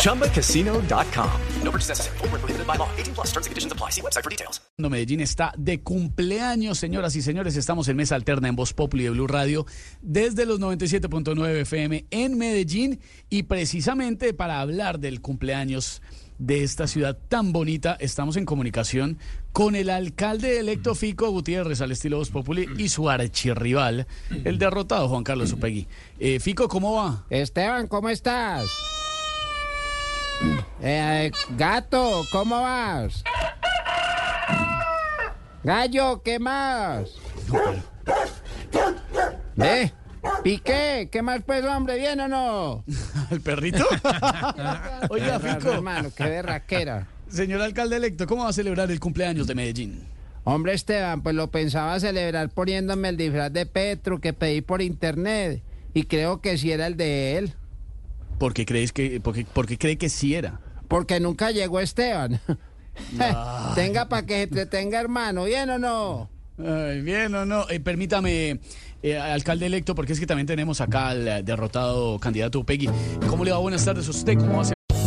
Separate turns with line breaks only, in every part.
ChumbaCasino.com. No purchase necessary. Void where prohibited by law. 18 plus terms and conditions apply. See website for details.
Cuando Medellín está de cumpleaños, señoras y señores. Estamos en Mesa Alterna en Voz Populi de Blue Radio desde los 97.9 FM en Medellín y precisamente para hablar del cumpleaños de esta ciudad tan bonita, estamos en comunicación con el alcalde electo Fico Gutiérrez al estilo Voz Populi y su archirrival, el derrotado Juan Carlos Upegui. Eh, Fico, ¿cómo va?
Esteban, ¿cómo estás? Eh, gato, ¿cómo vas? Gallo, ¿qué más? ¿Eh? Piqué, ¿qué más pues, hombre? ¿Bien o no?
¿El perrito? Oiga,
Raro,
Fico,
hermano, qué berraquera.
señor alcalde electo, ¿cómo va a celebrar el cumpleaños de Medellín?
Hombre, Esteban, pues lo pensaba celebrar poniéndome el disfraz de Petro que pedí por internet. Y creo que sí era el de él.
Porque crees que, porque, porque cree que sí era.
Porque nunca llegó Esteban. Tenga para que se entretenga, hermano, ¿bien o no?
Ay, bien o no. Eh, permítame, eh, alcalde electo, porque es que también tenemos acá al eh, derrotado candidato Peggy. ¿Cómo le va? Buenas tardes a usted. ¿Cómo va a ser?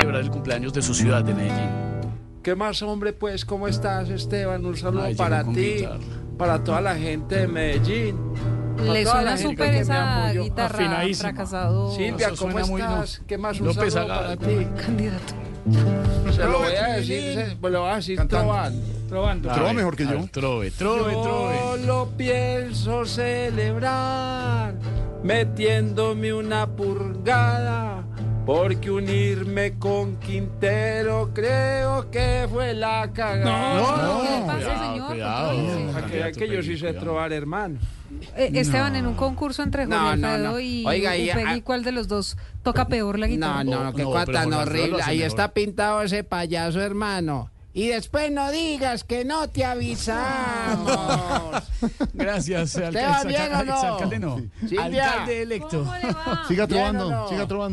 celebrar el cumpleaños de su ciudad de Medellín?
¿Qué más, hombre? Pues, ¿cómo estás, Esteban? Un saludo
Ay, llegó
para
con
ti,
guitarra.
para toda la gente de Medellín. para
Le
toda la
suena
gente
súper
que me
esa
apoyó.
guitarra
Afinadísima.
fracasado.
Silvia,
Eso
¿cómo
suena muy, no.
estás? ¿Qué más? Un
López
saludo
Agarra,
para ti.
Candidato.
Se lo voy a decir, se, pues, lo voy a decir Trován. Trovando.
Trova mejor que yo. Trove, trove,
Yo
trove.
lo pienso celebrar metiéndome una purgada, porque unirme con Quintero creo que fue la cagada.
¿Qué le pasa,
cuidado,
señor?
cuidado.
Contrólese.
Para que vean que yo sí sé trobar, hermano.
Eh, Esteban, en un concurso entre
No,
Julio
no,
Alfredo
no.
y
Oiga, y-
Upegui,
ah-
¿cuál de los dos toca peor la
No,
guitarra?
no,
No,
qué
no,
cosa
pero
tan
Juan Alfredo lo
horrible.
hace
Ahí
mejor.
está pintado ese payaso, hermano. Y después no digas que no te avisamos.
Gracias, alcalde.
va bien o no?
Alcalde no.
Silvia.
Alcalde electo.
¿Cómo le va?
trovando, siga
trovando.